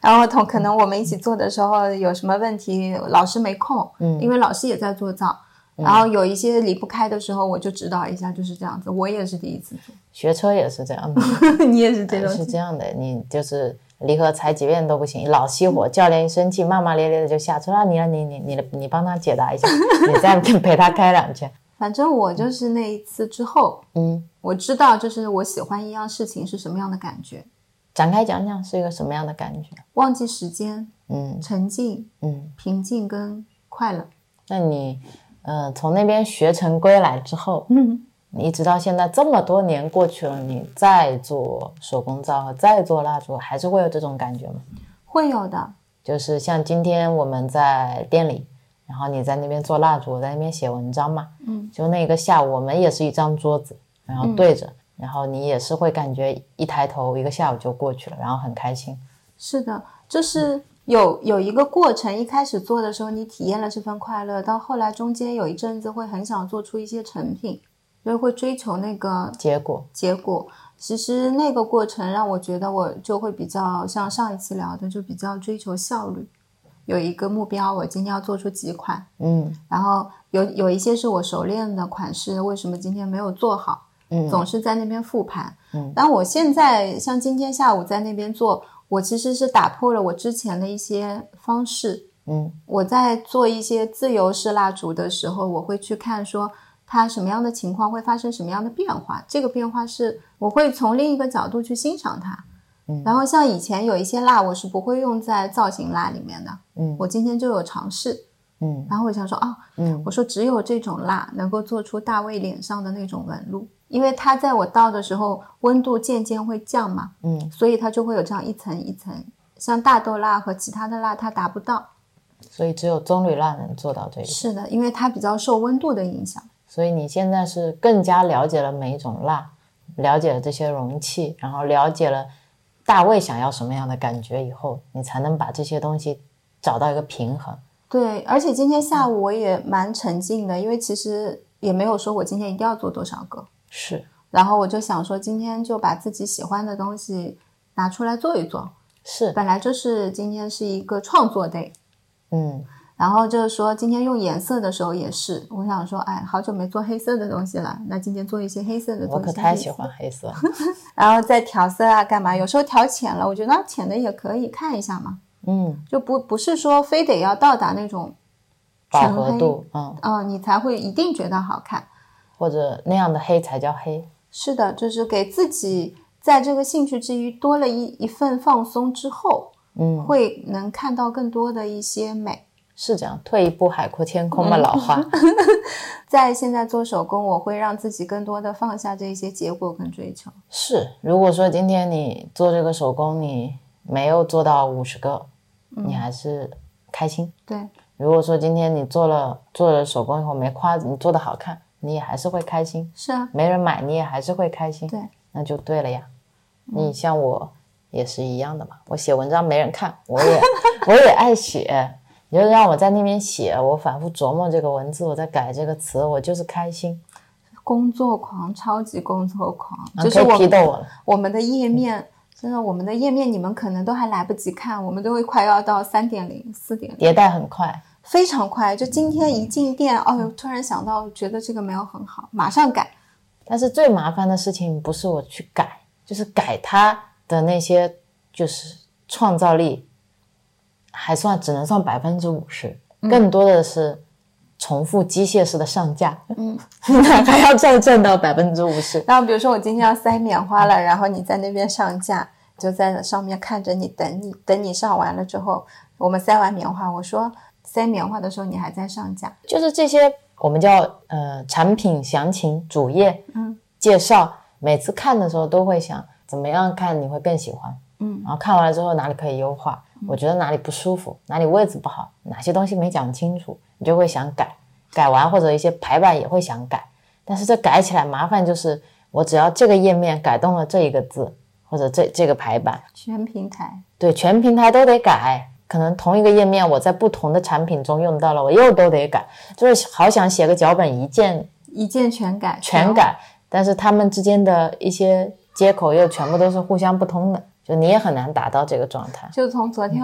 Speaker 1: 然后同可能我们一起做的时候有什么问题，老师没空，嗯，因为老师也在做造。然后有一些离不开的时候，我就指导一下，就是这样子。我也是第一次
Speaker 2: 学车也是这样的，
Speaker 1: 做， [laughs] 你也是这种
Speaker 2: 哎是这样的，你就是离合踩几遍都不行，老熄火，教练一生气，骂骂咧咧的就下车啊了，你让你你你你帮他解答一下， [laughs] 你再陪他开两圈，
Speaker 1: 反正我就是那一次之后，
Speaker 2: 嗯，
Speaker 1: 我知道就是我喜欢一样事情是什么样的感觉，
Speaker 2: 展开讲讲是一个什么样的感觉？
Speaker 1: 忘记时间，
Speaker 2: 嗯
Speaker 1: 沉浸，
Speaker 2: 嗯，
Speaker 1: 平静跟快乐。 [laughs]
Speaker 2: 那你呃从那边学成归来之后，
Speaker 1: 嗯，
Speaker 2: 你一直到现在这么多年过去了，你再做手工皂和再做蜡烛，还是会有这种感觉吗？
Speaker 1: 会有的，
Speaker 2: 就是像今天我们在店里，然后你在那边做蜡烛，我在那边写文章嘛，
Speaker 1: 嗯，
Speaker 2: 就那个下午我们也是一张桌子，然后对着，然后你也是会感觉一抬头一个下午就过去了，然后很开心，
Speaker 1: 是的，就是有有一个过程。一开始做的时候，你体验了这份快乐，到后来中间有一阵子会很想做出一些成品，所以会追求那个
Speaker 2: 结果
Speaker 1: 结果。其实那个过程让我觉得，我就会比较像上一期聊的，就比较追求效率，有一个目标，我今天要做出几款，
Speaker 2: 嗯
Speaker 1: 然后有有一些是我熟练的款式，为什么今天没有做好？
Speaker 2: 嗯
Speaker 1: 总是在那边复盘。
Speaker 2: 嗯，
Speaker 1: 但我现在像今天下午在那边做，我其实是打破了我之前的一些方式。
Speaker 2: 嗯
Speaker 1: 我在做一些自由式蜡烛的时候，我会去看说它什么样的情况会发生什么样的变化，这个变化是我会从另一个角度去欣赏它。
Speaker 2: 嗯
Speaker 1: 然后像以前有一些蜡，我是不会用在造型蜡里面的，
Speaker 2: 嗯
Speaker 1: 我今天就有尝试。
Speaker 2: 嗯
Speaker 1: 然后我想说，啊，
Speaker 2: 嗯
Speaker 1: 我说只有这种蜡能够做出大卫脸上的那种纹路，因为它在我倒的时候温度渐渐会降嘛，
Speaker 2: 嗯，
Speaker 1: 所以它就会有这样一层一层。像大豆蜡和其他的蜡它达不到，
Speaker 2: 所以只有棕榈蜡能做到这一点，
Speaker 1: 是的，因为它比较受温度的影响。
Speaker 2: 所以你现在是更加了解了每一种蜡，了解了这些容器，然后了解了大卫想要什么样的感觉以后，你才能把这些东西找到一个平衡。
Speaker 1: 对，而且今天下午我也蛮沉浸的，因为其实也没有说我今天一定要做多少个，
Speaker 2: 是
Speaker 1: 然后我就想说今天就把自己喜欢的东西拿出来做一做。
Speaker 2: 是，
Speaker 1: 本来就是今天是一个创作 day，
Speaker 2: 嗯
Speaker 1: 然后就是说，今天用颜色的时候也是，我想说，哎，好久没做黑色的东西了，那今天做一些黑色的东
Speaker 2: 我
Speaker 1: 西。
Speaker 2: 可太喜。欢黑
Speaker 1: [laughs]
Speaker 2: 色了。
Speaker 1: 然后再调色啊，干嘛？有时候调浅了，我觉得啊浅的也可以看一下嘛，
Speaker 2: 嗯，
Speaker 1: 就不不是说非得要到达那种，
Speaker 2: 饱
Speaker 1: 纯
Speaker 2: 和
Speaker 1: 黑
Speaker 2: 度，嗯，
Speaker 1: 嗯、你才会一定觉得好看。
Speaker 2: 或者那样的黑才叫黑。
Speaker 1: 是的，就是给自己在这个兴趣之余多了一一份放松之后，
Speaker 2: 嗯，
Speaker 1: 会能看到更多的一些美。
Speaker 2: 是这样，退一步海阔天空嘛，
Speaker 1: 嗯 [laughs]
Speaker 2: 老话。
Speaker 1: 在现在做手工，我会让自己更多的放下这一些结果跟追求。
Speaker 2: 是，如果说今天你做这个手工，你没有做到五十个，
Speaker 1: 嗯
Speaker 2: 你还是开心。
Speaker 1: 对，
Speaker 2: 如果说今天你做了做了手工以后没夸你做的好看，你也还是会开心；
Speaker 1: 是啊。
Speaker 2: 没人买你也还是会开心。
Speaker 1: 对，嗯
Speaker 2: 那就对了呀。你像我也是一样的嘛，我写文章没人看，我也 [laughs] 我也爱写。你就让我在那边写，我反复琢磨这个文字，我在改这个词，我就是开心，
Speaker 1: 工作狂，超级工作狂，
Speaker 2: 啊
Speaker 1: 就是
Speaker 2: 可
Speaker 1: 我
Speaker 2: 以批斗
Speaker 1: 们
Speaker 2: 我了。
Speaker 1: 我们的页面，真的我们的页面你们可能都还来不及看，我们都会快要到三点零、四点零，
Speaker 2: 迭代很快，
Speaker 1: 非常快。就今天一进店，哦
Speaker 2: 嗯
Speaker 1: 呦，突然想到，觉得这个没有很好，马上改。
Speaker 2: 但是最麻烦的事情不是我去改，就是改它的那些就是创造力，还算只能算百分之五十，更多的是重复机械式的上架，
Speaker 1: 嗯，
Speaker 2: [laughs] 那还要再赚到百分之五十。
Speaker 1: 然后比如说我今天要塞棉花了，然后你在那边上架，就在上面看着你，等你等你上完了之后，我们塞完棉花，我说塞棉花的时候你还在上架，
Speaker 2: 就是这些我们叫呃产品详情主页，
Speaker 1: 嗯，
Speaker 2: 介绍，每次看的时候都会想怎么样看你会更喜欢，
Speaker 1: 嗯，
Speaker 2: 然后看完了之后哪里可以优化，我觉得哪里不舒服，哪里位置不好，哪些东西没讲清楚，你就会想改，改完或者一些排版也会想改，但是这改起来麻烦就是我只要这个页面改动了这一个字或者这这个排版，
Speaker 1: 全平台，
Speaker 2: 对，全平台都得改。可能同一个页面，我在不同的产品中用到了，我又都得改，就是好想写个脚本一键
Speaker 1: 一键全改，
Speaker 2: 全改，但是他们之间的一些接口又全部都是互相不通的，就你也很难达到这个状态。
Speaker 1: 就从昨天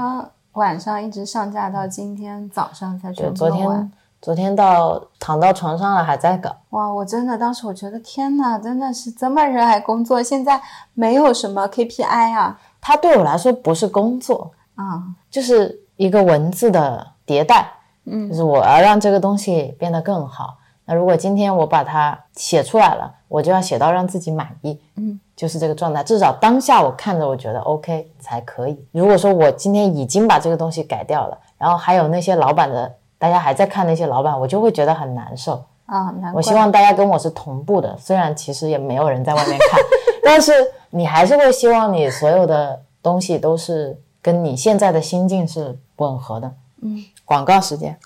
Speaker 1: 晚上一直上架到今天早上才全
Speaker 2: 就
Speaker 1: 部
Speaker 2: 昨
Speaker 1: 弄完。
Speaker 2: 天，昨天到躺到床上了还在搞，
Speaker 1: 哇，我真的当时我觉得天哪，真的是这么热爱工作，现在没有什么 KPI 啊
Speaker 2: 它对我来说不是工作，
Speaker 1: 啊、
Speaker 2: 就是一个文字的迭代，嗯，就是我要让这个东西变得更好。那如果今天我把它写出来了，我就要写到让自己满意，
Speaker 1: 嗯，
Speaker 2: 就是这个状态。至少当下我看着我觉得 OK 才可以。如果说我今天已经把这个东西改掉了，然后还有那些老板的，大家还在看那些老板，我就会觉得很难受。
Speaker 1: 啊，难怪
Speaker 2: 我希望大家跟我是同步的，虽然其实也没有人在外面看， [laughs] 但是你还是会希望你所有的东西都是跟你现在的心境是吻合的。嗯，广告时间，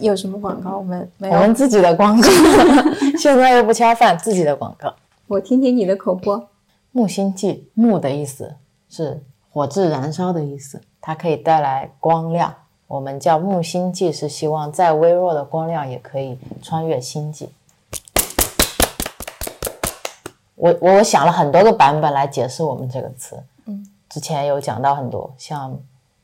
Speaker 1: 有什么广告我们没
Speaker 2: 我
Speaker 1: 有，
Speaker 2: 们自己的广告， [laughs] 现在又不掐饭，自己的广告。
Speaker 1: 我听听你的口播。
Speaker 2: 木星记，木的意思是火炙燃烧的意思，它可以带来光亮。我们叫木星记，是希望再微弱的光亮也可以穿越星际。我我我想了很多个版本来解释我们这个词，
Speaker 1: 嗯，
Speaker 2: 之前有讲到很多，像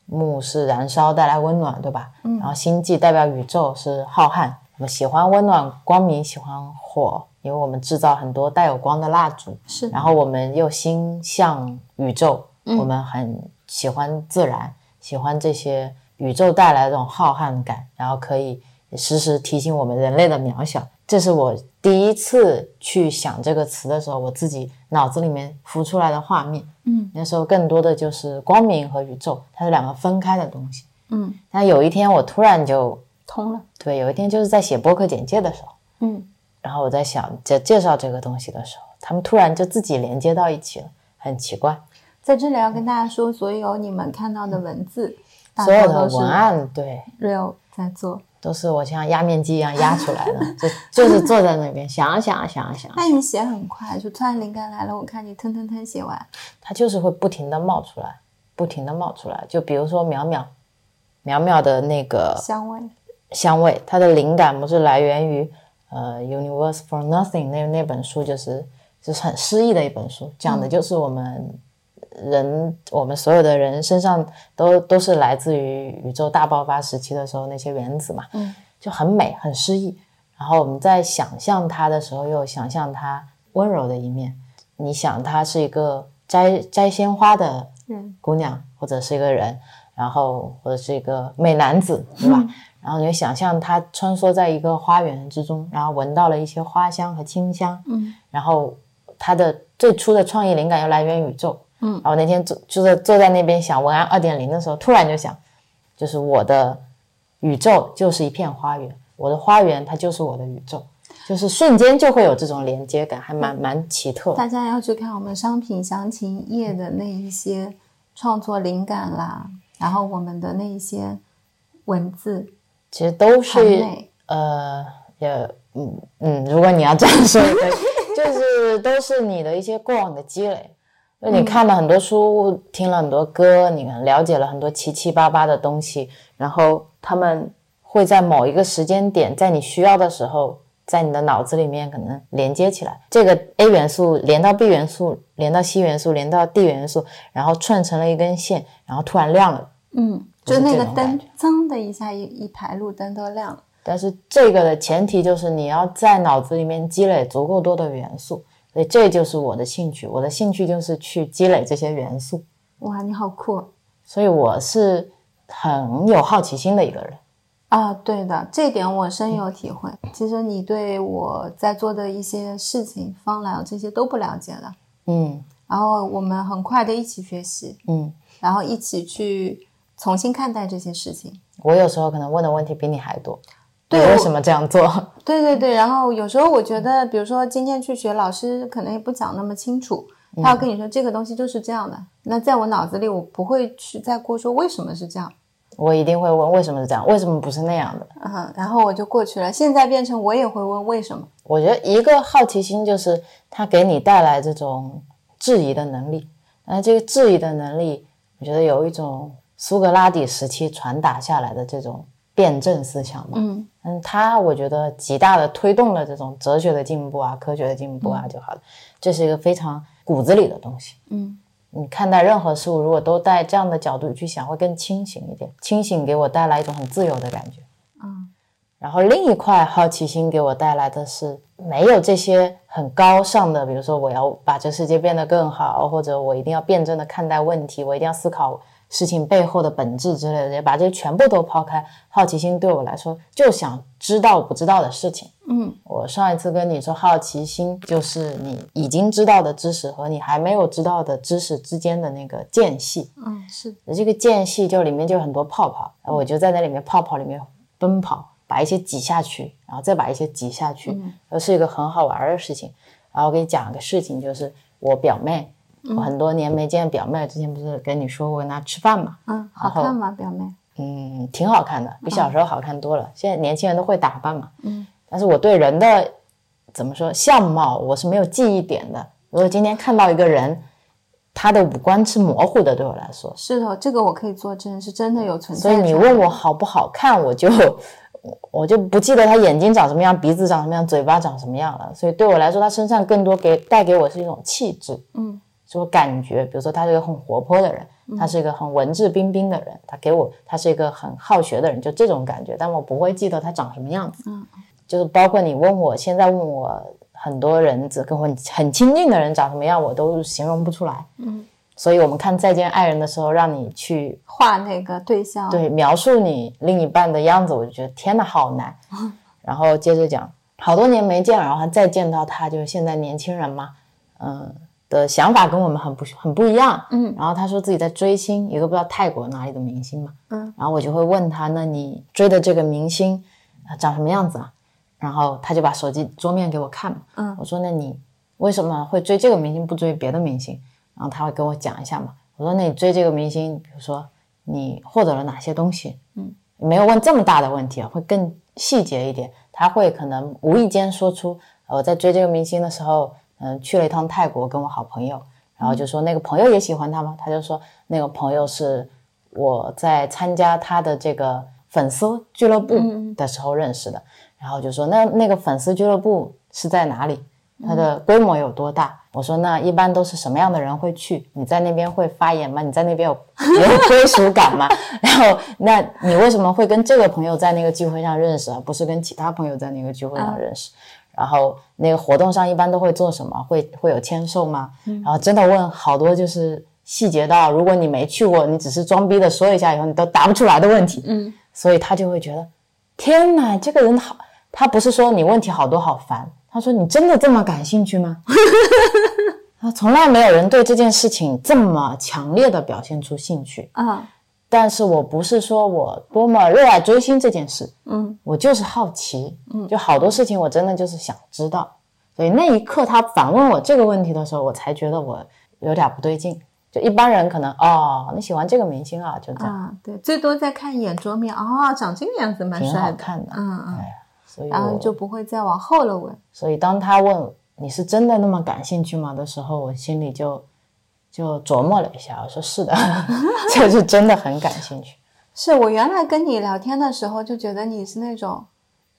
Speaker 2: 木是燃烧带来温暖，对吧？嗯，然后星际代表宇宙是浩瀚，我们喜欢温暖光明，喜欢火，因为我们制造很多带有光的蜡烛，
Speaker 1: 是
Speaker 2: 然后我们又心向宇宙，我们很喜欢自然，喜欢这些宇宙带来的这种浩瀚感，然后可以时时提醒我们人类的渺小。这是我第一次去想这个词的时候，我自己脑子里面浮出来的画面。
Speaker 1: 嗯，
Speaker 2: 那时候更多的就是光明和宇宙，它是两个分开的东西。
Speaker 1: 嗯，
Speaker 2: 但有一天我突然就
Speaker 1: 通了。
Speaker 2: 对，有一天就是在写播客简介的时候，
Speaker 1: 嗯，
Speaker 2: 然后我在想在介绍这个东西的时候，他们突然就自己连接到一起了，很奇怪。
Speaker 1: 在这里要跟大家说，所有你们看到的文字，大
Speaker 2: 所
Speaker 1: 多
Speaker 2: 有
Speaker 1: 都
Speaker 2: 的
Speaker 1: 是
Speaker 2: 文案对
Speaker 1: real 在做。
Speaker 2: 都是我像压面机一样压出来的，就就是坐在那边想啊想啊想啊想啊，
Speaker 1: 那你写很快，就突然灵感来了，我看你腾腾腾写完，
Speaker 2: 它就是会不停的冒出来，不停的冒出来。就比如说淼淼，淼淼的那个
Speaker 1: 香味。
Speaker 2: 香味，它的灵感不是来源于呃《Universe for Nothing 那》那本书，就是就是很诗意的一本书，讲的就是我们人、我们所有的人身上都都是来自于宇宙大爆发时期的时候那些原子嘛，
Speaker 1: 嗯，
Speaker 2: 就很美很诗意。然后我们在想象它的时候，又想象它温柔的一面。你想它是一个摘摘鲜花的
Speaker 1: 人
Speaker 2: 姑娘，或者是一个人，然后或者是一个美男子，对
Speaker 1: 嗯
Speaker 2: 吧？然后你就想象他穿梭在一个花园之中，然后闻到了一些花香和清香，
Speaker 1: 嗯，
Speaker 2: 然后他的最初的创意灵感又来源于宇宙，
Speaker 1: 嗯
Speaker 2: 然后那天坐就在坐在那边想文案二点零的时候，突然就想，就是我的宇宙就是一片花园，我的花园它就是我的宇宙，就是瞬间就会有这种连接感，还
Speaker 1: 嗯
Speaker 2: 蛮蛮奇特的。
Speaker 1: 大家要去看我们商品详情页
Speaker 2: 嗯
Speaker 1: 的那一些创作灵感啦，然后我们的那一些文字
Speaker 2: 其实都
Speaker 1: 很
Speaker 2: 是
Speaker 1: 美。
Speaker 2: 呃，也嗯嗯，如果你要这样说也可以，就是 [laughs] 都是你的一些过往的积累。就你看了很多书，听了很多歌，你了解了很多七七八八的东西，然后他们会在某一个时间点，在你需要的时候，在你的脑子里面可能连接起来。这个 A 元素连到 B 元素，连到 C 元素，连到 D 元素，然后串成了一根线，然后突然亮了。
Speaker 1: 嗯，
Speaker 2: 就
Speaker 1: 就是那
Speaker 2: 这
Speaker 1: 个
Speaker 2: 种感
Speaker 1: 灯，噌的一下一一排路灯都亮了。
Speaker 2: 但是这个的前提就是你要在脑子里面积累足够多的元素，所以这就是我的兴趣。我的兴趣就是去积累这些元素，
Speaker 1: 哇，你好酷！哦
Speaker 2: 所以我是很有好奇心的一个人。
Speaker 1: 啊，对的，这点我深
Speaker 2: 嗯
Speaker 1: 有体会。其实你对我在做的一些事情、方疗这些都不了解的，
Speaker 2: 嗯
Speaker 1: 然后我们很快的一起学习，
Speaker 2: 嗯，
Speaker 1: 然后一起去重新看待这些事情。
Speaker 2: 我有时候可能问的问题比你还多，
Speaker 1: 对
Speaker 2: 你为
Speaker 1: 我
Speaker 2: 什么这样做？ [laughs]
Speaker 1: 对对对，然
Speaker 2: 嗯
Speaker 1: 后有时候我觉得，比如说今天去学，老师可能也不讲那么清楚，
Speaker 2: 嗯
Speaker 1: 他要跟你说这个东西就是这样的。那在我脑子里，我不会去再过说为什么是这样，
Speaker 2: 我一定会问为什么是这样，为什么不是那样的？
Speaker 1: 嗯，然后我就过去了。现在变成我也会问为什么，
Speaker 2: 我觉得一个好奇心就是它给你带来这种质疑的能力，那这个质疑的能力，我觉得有一种苏格拉底时期传达下来的这种辩证思想嘛。
Speaker 1: 嗯
Speaker 2: 嗯，它我觉得极大的推动了这种哲学的进步啊、科学的进步啊就好了。这是一个非常骨子里的东西。
Speaker 1: 嗯，
Speaker 2: 你看待任何事物，如果都带这样的角度去想，会更清醒一点。清醒给我带来一种很自由的感觉。
Speaker 1: 嗯，
Speaker 2: 然后另一块好奇心给我带来的是，没有这些很高尚的，比如说我要把这世界变得更好，或者我一定要辩证的看待问题，我一定要思考事情背后的本质之类的，把这些全部都抛开。好奇心对我来说，就想知道我不知道的事情。
Speaker 1: 嗯，
Speaker 2: 我上一次跟你说，好奇心就是你已经知道的知识和你还没有知道的知识之间的那个间隙。
Speaker 1: 嗯，是
Speaker 2: 这个间隙就里面就有很多泡泡，然后我就在那里面泡泡里面奔跑，把一些挤下去，然后再把一些挤下去，这是一个很好玩的事情。然后我给你讲个事情，就是我表妹，我很多年没见表妹，之前不是跟你说过跟她吃饭嘛，
Speaker 1: 嗯，好看吗，表妹？
Speaker 2: 嗯，挺好看的，比小时候好看多了。现在年轻人都会打扮嘛，
Speaker 1: 嗯，
Speaker 2: 但是我对人的怎么说相貌我是没有记忆点的。如果今天看到一个人，他的五官是模糊的，对我来说
Speaker 1: 是的，这个我可以作证，是真的有存
Speaker 2: 所
Speaker 1: 在
Speaker 2: 以
Speaker 1: 感。
Speaker 2: 你问我好不好看，我就我我就不记得他眼睛长什么样，鼻子长什么样，嘴巴长什么样了。所以对我来说，他身上更多给带给我是一种气质，
Speaker 1: 嗯，
Speaker 2: 是我感觉。比如说，他是一个很活泼的人，他是一个很文质彬彬的人，他给我他是一个很好学的人，就这种感觉。但我不会记得他长什么样子。
Speaker 1: 嗯，
Speaker 2: 就是包括你问我现在问我很多人只跟我很亲近的人长什么样，我都形容不出来。
Speaker 1: 嗯，
Speaker 2: 所以我们看《再见爱人》的时候，让你去
Speaker 1: 画那个对象，
Speaker 2: 对描述你另一半的样子，我就觉得天哪，好
Speaker 1: [laughs]
Speaker 2: 难。然后接着讲，好多年没见，然后再见到他，就是现在年轻人嘛，嗯的想法跟我们很不很不一样。
Speaker 1: 嗯，
Speaker 2: 然后他说自己在追星，一个不知道泰国哪里的明星嘛。
Speaker 1: 嗯，
Speaker 2: 然后我就会问他，那你追的这个明星、呃长什么样子啊？然后他就把手机桌面给我看嘛。
Speaker 1: 嗯，
Speaker 2: 我说那你为什么会追这个明星不追别的明星？然后他会跟我讲一下嘛。我说那你追这个明星，比如说你获得了哪些东西？
Speaker 1: 嗯，
Speaker 2: 没有问这么大的问题啊，会更细节一点。他会可能无意间说出，呃我在追这个明星的时候，嗯、去了一趟泰国，跟我好朋友，然后就说那个朋友也喜欢他吗？他就说那个朋友是我在参加他的这个粉丝俱乐部的时候认识的。然后就说那那个粉丝俱乐部是在哪里？它的规模有多大？我说那一般都是什么样的人会去？你在那边会发言吗？你在那边有有归属感吗？然后那你为什么会跟这个朋友在那个聚会上认识，而不是跟其他朋友在那个聚会上认识？然后那个活动上一般都会做什么？会会有签售吗？然后真的问好多就是细节到，如果你没去过，你只是装逼的说一下，以后你都答不出来的问题。
Speaker 1: 嗯，
Speaker 2: 所以他就会觉得，天哪，这个人好，他不是说你问题好多好烦，他说你真的这么感兴趣吗？ [laughs] 他从来没有人对这件事情这么强烈的表现出兴趣。
Speaker 1: 啊，
Speaker 2: 但是我不是说我多么热爱追星这件事，
Speaker 1: 嗯，
Speaker 2: 我就是好奇，嗯，就好多事情我真的就是想知道。所以那一刻他反问我这个问题的时候，我才觉得我有点不对劲。就一般人可能哦，你喜欢这个明星啊，就这样，
Speaker 1: 啊，对，最多再看一眼桌面，哦，长这个样子蛮
Speaker 2: 挺好
Speaker 1: 帅的，
Speaker 2: 看的。
Speaker 1: 嗯嗯，
Speaker 2: 所以
Speaker 1: 然
Speaker 2: 我
Speaker 1: 后就不会再往后了问。
Speaker 2: 所以当他问你是真的那么感兴趣吗的时候，我心里就就琢磨了一下，我说是的， [laughs] 就是真的很感兴趣。
Speaker 1: 是我原来跟你聊天的时候，就觉得你是那种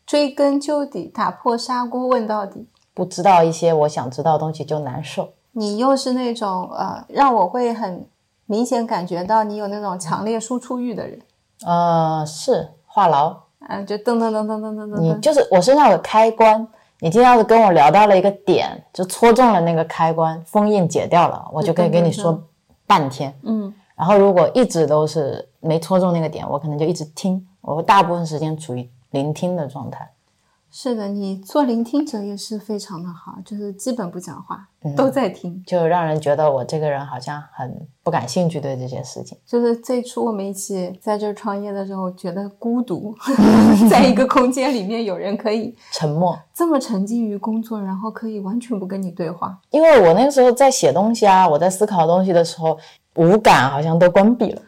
Speaker 1: 追根究底、打破砂锅问到底。
Speaker 2: 不知道一些我想知道的东西就难受。
Speaker 1: 你又是那种呃，让我会很明显感觉到你有那种强烈输出欲的人，
Speaker 2: 呃，是话痨，
Speaker 1: 嗯、就噔噔噔噔噔噔噔
Speaker 2: 你
Speaker 1: 噔，
Speaker 2: 就是我身上有开关。你今天要是跟我聊到了一个点，就戳中了那个开关，封印解掉了，我就可以跟你说半天。
Speaker 1: 嗯
Speaker 2: 然后如果一直都是没戳中那个点，我可能就一直听，我会大部分时间处于聆听的状态。
Speaker 1: 是的，你做聆听者也是非常的好，就是基本不讲话，都在听。
Speaker 2: 就让人觉得我这个人好像很不感兴趣对这些事情。
Speaker 1: 就是最初我们一起在这儿创业的时候，觉得孤独， [laughs] 在一个空间里面有人可以
Speaker 2: 沉默，
Speaker 1: 这么沉浸于工作，然后可以完全不跟你对话。
Speaker 2: 因为我那个时候在写东西啊，我在思考东西的时候，五感好像都关闭了。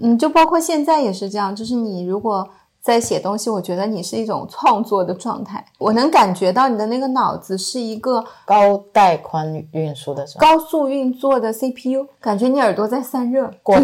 Speaker 1: 嗯，就包括现在也是这样，就是你如果在写东西，我觉得你是一种创作的状态，我能感觉到你的那个脑子是一个
Speaker 2: 高带宽运输的时候，
Speaker 1: 高速运作的 CPU，感觉你耳朵在散热。 [laughs]
Speaker 2: 过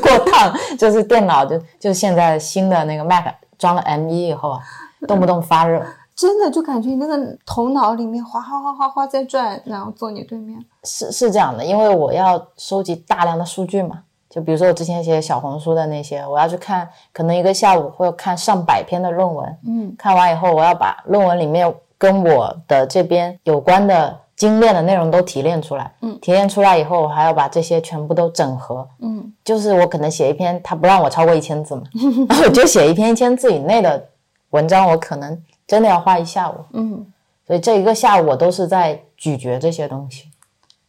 Speaker 2: 过烫就是电脑就就现在新的那个 Mac 装了 M 一以后啊，动不动发热。
Speaker 1: 真的就感觉你那个头脑里面哗哗哗哗哗在转，然后坐你对面。
Speaker 2: 是是这样的，因为我要收集大量的数据嘛，就比如说我之前写小红书的那些，我要去看，可能一个下午会看上百篇的论文，
Speaker 1: 嗯，
Speaker 2: 看完以后我要把论文里面跟我的这边有关的精炼的内容都提炼出来，
Speaker 1: 嗯，
Speaker 2: 提炼出来以后，我还要把这些全部都整合，
Speaker 1: 嗯，
Speaker 2: 就是我可能写一篇，他不让我超过一
Speaker 1: [laughs]
Speaker 2: 千字嘛，然后我就写一篇一千字以内的文章，我可能真的要花一下午，
Speaker 1: 嗯，
Speaker 2: 所以这一个下午我都是在咀嚼这些东西。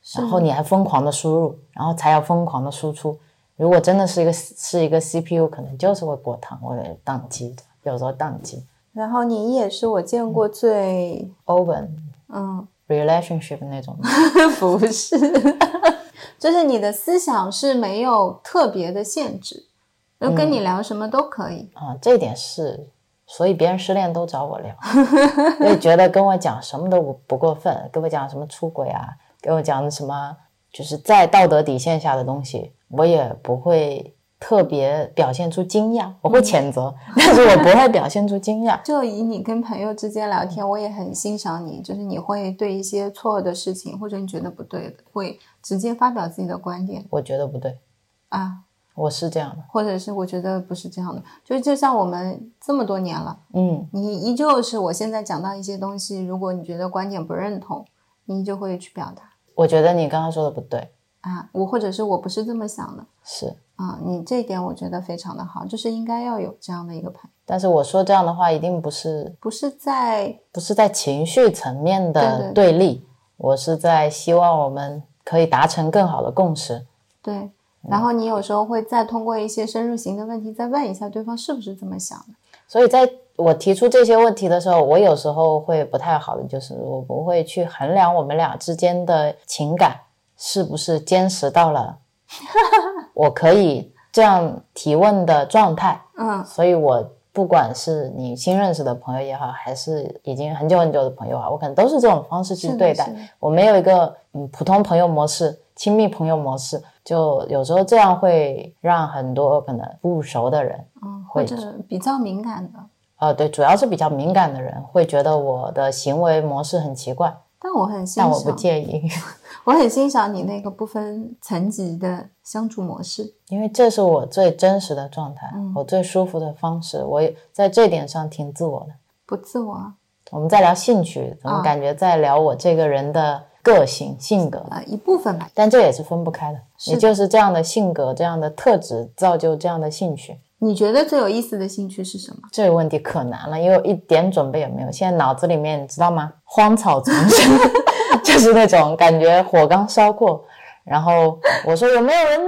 Speaker 1: 是
Speaker 2: 然后你还疯狂的输入，然后才要疯狂的输出。如果真的是一个是一个 CPU，可能就是会过烫，或者宕机的，有时候宕机。
Speaker 1: 然后你也是我见过最
Speaker 2: Open
Speaker 1: 嗯， [laughs]
Speaker 2: relationship 那种，
Speaker 1: 不 [laughs] 是，就是你的思想是没有特别的限制，就跟你聊什么都可以。
Speaker 2: 啊，这一点是，所以别人失恋都找我聊，因为觉得跟我讲什么都不不过分，跟我讲什么出轨啊，跟我讲什么就是在道德底线下的东西，我也不会特别表现出惊讶，我会谴责，但是我不会表现出惊讶。
Speaker 1: 就以你跟朋友之间聊天，我也很欣赏你，就是你会对一些错误的事情或者你觉得不对的，会直接发表自己的观点
Speaker 2: 我觉得不对，
Speaker 1: 啊。
Speaker 2: 我是这样的，
Speaker 1: 或者是我觉得不是这样的，就是就像我们这么多年了，
Speaker 2: 嗯。
Speaker 1: 你依旧是我现在讲到一些东西，如果你觉得观点不认同，你就会去表达
Speaker 2: 我觉得你刚刚说的不对，
Speaker 1: 啊，我或者是我不是这么想的
Speaker 2: 是，
Speaker 1: 啊，你这一点我觉得非常的好，就是应该要有这样的一个判，
Speaker 2: 但是我说这样的话，一定不是
Speaker 1: 不是在
Speaker 2: 不是在情绪层面的
Speaker 1: 对
Speaker 2: 对立，我是在希望我们可以达成更好的共识。
Speaker 1: 对，
Speaker 2: 哦
Speaker 1: 然后你有时候会再通过一些深入型的问题再问一下对方是不是这么想的，
Speaker 2: 所以在我提出这些问题的时候，我有时候会不太好的，就是我不会去衡量我们俩之间的情感是不是坚实到了我可以这样提问的状态。
Speaker 1: 嗯
Speaker 2: 所以我不管是你新认识的朋友也好，还是已经很久很久的朋友啊，我可能都是这种方式去
Speaker 1: 是的
Speaker 2: 对待
Speaker 1: 是的。
Speaker 2: 我没有一个嗯普通朋友模式、亲密朋友模式，就有时候这样会让很多可能不熟的人，
Speaker 1: 嗯，或
Speaker 2: 会
Speaker 1: 者比较敏感的，
Speaker 2: 呃，对，主要是比较敏感的人会觉得我的行为模式很奇怪，
Speaker 1: 但我很欣
Speaker 2: 但
Speaker 1: 赏，
Speaker 2: 我不介意， [laughs]
Speaker 1: 我很欣赏你那个不分层级的相处模式。
Speaker 2: 因为这是我最真实的状态，
Speaker 1: 嗯
Speaker 2: 我最舒服的方式，我也在这点上挺自我的。
Speaker 1: 不自我啊、
Speaker 2: 我们在聊兴趣，怎么
Speaker 1: 啊
Speaker 2: 感觉在聊我这个人的个性、性格？
Speaker 1: 呃一部分吧。
Speaker 2: 但这也是分不开的，
Speaker 1: 是
Speaker 2: 也就是这样的性格、这样的特质造就这样的兴趣。
Speaker 1: 你觉得最有意思的兴趣是什么？
Speaker 2: 这个问题可难了，因为我一点准备也没有。现在脑子里面，你知道吗？荒草丛生， [laughs] 就是那种感觉火刚烧过。然后我说有没有人，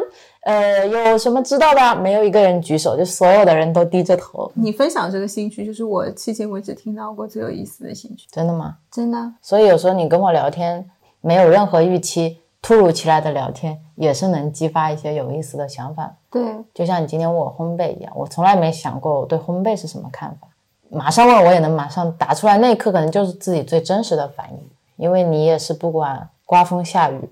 Speaker 2: 呃，有什么知道的啊？没有一个人举手，就所有的人都低着头。
Speaker 1: 你分享这个兴趣，就是我迄今为止听到过最有意思的兴趣。
Speaker 2: 真的吗？
Speaker 1: 真的，
Speaker 2: 所以有时候你跟我聊天，没有任何预期，突如其来的聊天，也是能激发一些有意思的想法。
Speaker 1: 对，
Speaker 2: 就像你今天问我烘焙一样，我从来没想过我对烘焙是什么看法。马上问我也能马上答出来，那一刻可能就是自己最真实的反应，因为你也是不管刮风下雨，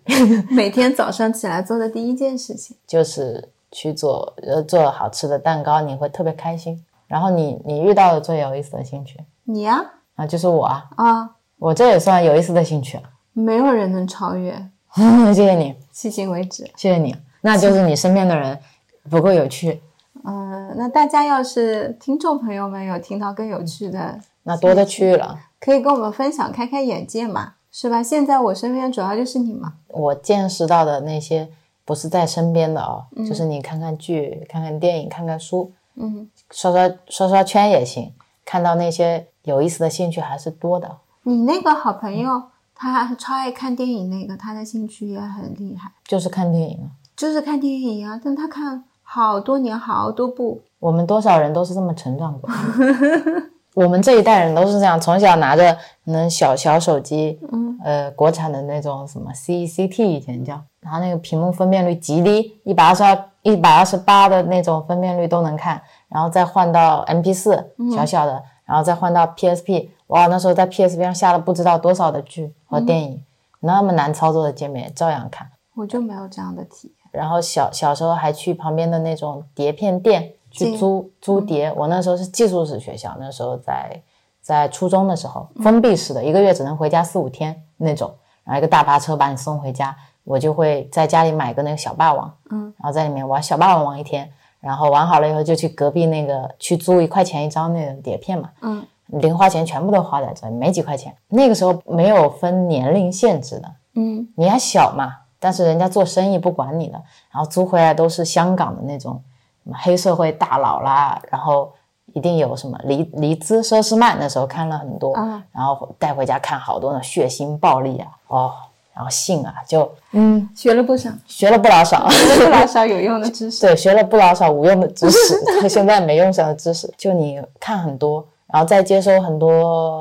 Speaker 1: 每天早上起来做的第一件事情，
Speaker 2: 就是去做呃做好吃的蛋糕，你会特别开心。然后你你遇到的最有意思的兴趣
Speaker 1: 你呀、
Speaker 2: 啊，就是我啊，
Speaker 1: 啊，
Speaker 2: 我这也算有意思的兴趣啊。
Speaker 1: 没有人能超越，
Speaker 2: [laughs] 谢谢你，
Speaker 1: 迄今为止。
Speaker 2: 谢谢你，那就是你身边的人不够有趣，
Speaker 1: 嗯、那大家要是听众朋友们有听到更有趣的，
Speaker 2: 那多的去了。
Speaker 1: 可以跟我们分享，开开眼界嘛，是吧？现在我身边主要就是你嘛，
Speaker 2: 我见识到啊的那些不是在身边的哦，就是你看看剧、看看电影、看看书，
Speaker 1: 嗯
Speaker 2: 刷刷刷刷圈也行，看到那些有意思的兴趣还是多的。
Speaker 1: 你那个好朋友他超爱看电影，那个他的兴趣也很厉害，
Speaker 2: 就是看电影啊，
Speaker 1: 就是看电影啊，但他看好多年好多部，
Speaker 2: 我们多少人都是这么成长过 [laughs] 的，我们这一代人都是这样，从小拿着能小小手机，
Speaker 1: 嗯，
Speaker 2: 呃，国产的那种什么 CCT 以前叫，然后那个屏幕分辨率极低，一百二十二、一百二十八的那种分辨率都能看，然后再换到 MP 四小小的，然后再换到 PSP，哇，那时候在 PSP 上下了不知道多少的剧和电影，那么难操作的界面照样看。
Speaker 1: 我就没有这样的体验。
Speaker 2: 然后小小时候还去旁边的那种碟片店去
Speaker 1: 对
Speaker 2: 租租碟。我那时候是寄宿制学校，那时候在在初中的时候，封闭式的，一个月只能回家四五天那种，然后一个大巴车把你送回家，我就会在家里买个那个小霸王，
Speaker 1: 嗯，
Speaker 2: 然后在里面玩小霸王玩一天，然后玩好了以后就去隔壁那个去租一块钱一张那种碟片嘛，
Speaker 1: 嗯，
Speaker 2: 零花钱全部都花在这，没几块钱。那个时候没有分年龄限制的，
Speaker 1: 嗯，
Speaker 2: 你还小嘛，但是人家做生意不管你了，然后租回来都是香港的那种什么黑社会大佬啦，然后一定有什么黎黎姿、佘诗曼，那时候看了很多，
Speaker 1: 啊
Speaker 2: 然后带回家看好多那血腥暴力啊，哦，然后性啊，就嗯，
Speaker 1: 学了不少，
Speaker 2: 学了不老少。 [laughs]
Speaker 1: 学了不老少有用的知识。
Speaker 2: 对，学了不老少无用的知识，到现在没用上的知识，就你看很多，然后再接收很多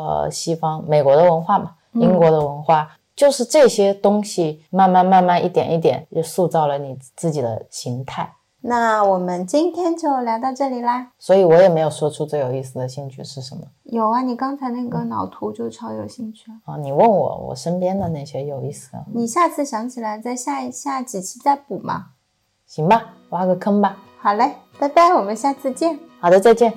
Speaker 2: 呃西方、美国的文化嘛，英国的文化，就是这些东西，慢慢慢慢一点一点，就塑造了你自己的形态。
Speaker 1: [laughs] 那我们今天就聊到这里啦。
Speaker 2: 所以我也没有说出最有意思的兴趣是什么
Speaker 1: 有啊，你刚才那个脑图就超有兴趣啊。
Speaker 2: 啊！你问我，我身边的那些有意思的，
Speaker 1: 你下次想起来，再下一下几期再补嘛。
Speaker 2: 行吧，挖个坑吧。
Speaker 1: 好嘞，拜拜，我们下次见。
Speaker 2: 好的，再见。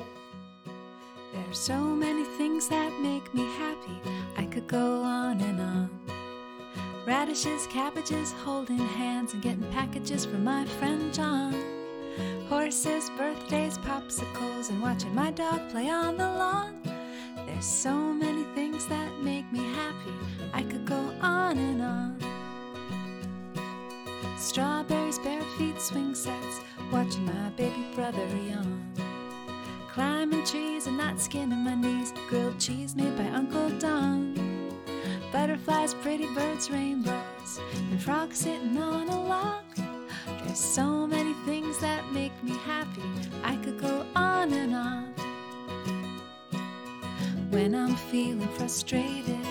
Speaker 3: There's so many things that make me happy. I could go on and on. Radishes, cabbages, holding hands and getting packages from my friend John. Horses, birthdays, popsicles, and watching my dog play on the lawn. There's so many things that make me happy. I could go on and on. Strawberries, bare feet, swing sets, watching my baby brother yawn climbing trees and not skinning my knees. Grilled cheese made by Uncle Don. Butterflies, pretty birds, rainbows, and frogs sitting on a log. There's so many things that make me happy. I could go on and on. When I'm feeling frustrated,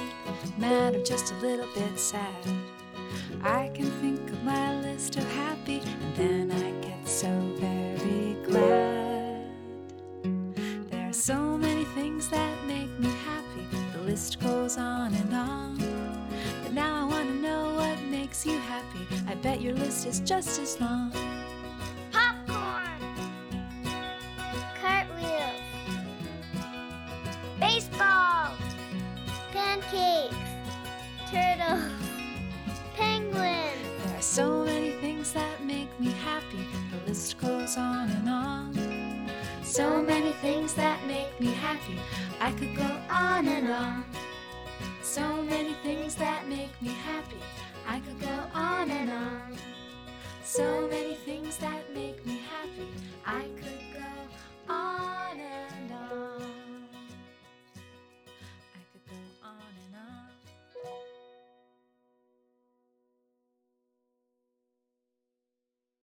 Speaker 3: mad, or just a little bit sad, I can think of my list of happy, and then I get so very glad. There are so many things that make me happy. The list goes on and on. But now I want to know what makes you happy. I bet your list is just as long.
Speaker 4: popcorn, cartwheels, baseball, pancakes, turtles, penguins.
Speaker 3: There are so many things that make me happy. The list goes on and on. So many things that make me happy. I could go on and on. So many things that make me happy. I could go on and on. So many